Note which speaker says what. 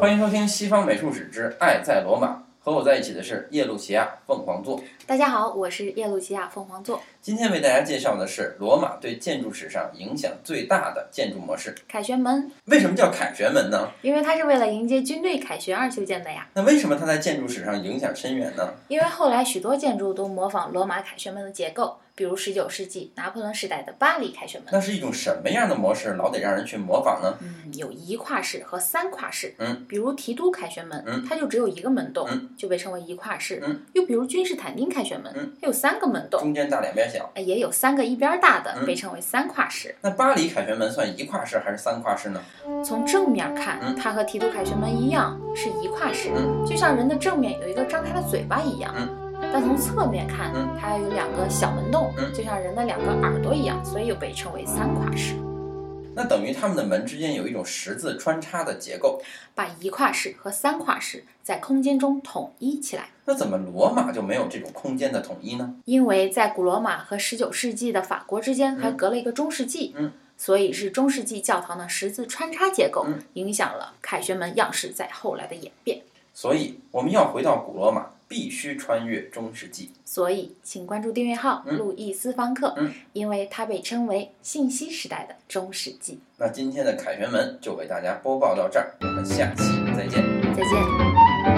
Speaker 1: 欢迎收听《西方美术史之爱在罗马》，和我在一起的是耶路齐亚凤凰座。
Speaker 2: 大家好，我是耶路齐亚凤凰座，
Speaker 1: 今天为大家介绍的是罗马对建筑史上影响最大的建筑模式。
Speaker 2: 凯旋门，
Speaker 1: 为什么叫凯旋门呢？
Speaker 2: 因为它是为了迎接军队凯旋而修建的呀。
Speaker 1: 那为什么它在建筑史上影响深远呢？
Speaker 2: 因为后来许多建筑都模仿罗马凯旋门的结构，比如19世纪拿破仑时代的巴黎凯旋门，
Speaker 1: 那是一种什么样的模式，老得让人去模仿呢？
Speaker 2: 嗯，有一跨式和三跨式。
Speaker 1: 嗯，
Speaker 2: 比如提督凯旋门，
Speaker 1: 嗯
Speaker 2: 它就只有一个门洞，
Speaker 1: 嗯
Speaker 2: 就被称为一跨式。
Speaker 1: 嗯，
Speaker 2: 又比如君士坦丁凯旋门，
Speaker 1: 嗯
Speaker 2: 它有三个门洞，
Speaker 1: 中间大两边小。
Speaker 2: 哎也有三个一边大的，
Speaker 1: 嗯
Speaker 2: 被称为三跨式。
Speaker 1: 那巴黎凯旋门算一跨式还是三跨式呢？
Speaker 2: 从正面
Speaker 1: 嗯
Speaker 2: 看，它和提督凯旋门一样是一跨式，
Speaker 1: 嗯
Speaker 2: 就像人的正面有一个张开的嘴巴一样。
Speaker 1: 嗯
Speaker 2: 但从侧面看
Speaker 1: 嗯，
Speaker 2: 它有两个小门洞，
Speaker 1: 嗯
Speaker 2: 就像人的两个耳朵一样，所以又被称为三跨式。
Speaker 1: 那等于它们的门之间有一种十字穿插的结构。
Speaker 2: 把一跨式和三跨式在空间中统一起来。
Speaker 1: 那怎么罗马就没有这种空间的统一呢？
Speaker 2: 因为在古罗马和19世纪的法国之间还隔了一个中世纪，
Speaker 1: 嗯
Speaker 2: 所以是中世纪教堂的十字穿插结构
Speaker 1: 嗯
Speaker 2: 影响了凯旋门样式在后来的演变。
Speaker 1: 所以我们要回到古罗马，必须穿越中世纪。
Speaker 2: 所以，请关注订阅号“
Speaker 1: 嗯
Speaker 2: 路易斯方克”，
Speaker 1: 嗯
Speaker 2: 因为它被称为信息时代的中世纪。
Speaker 1: 那今天的凯旋门就为大家播报到这儿，我们下期再见。
Speaker 2: 再见。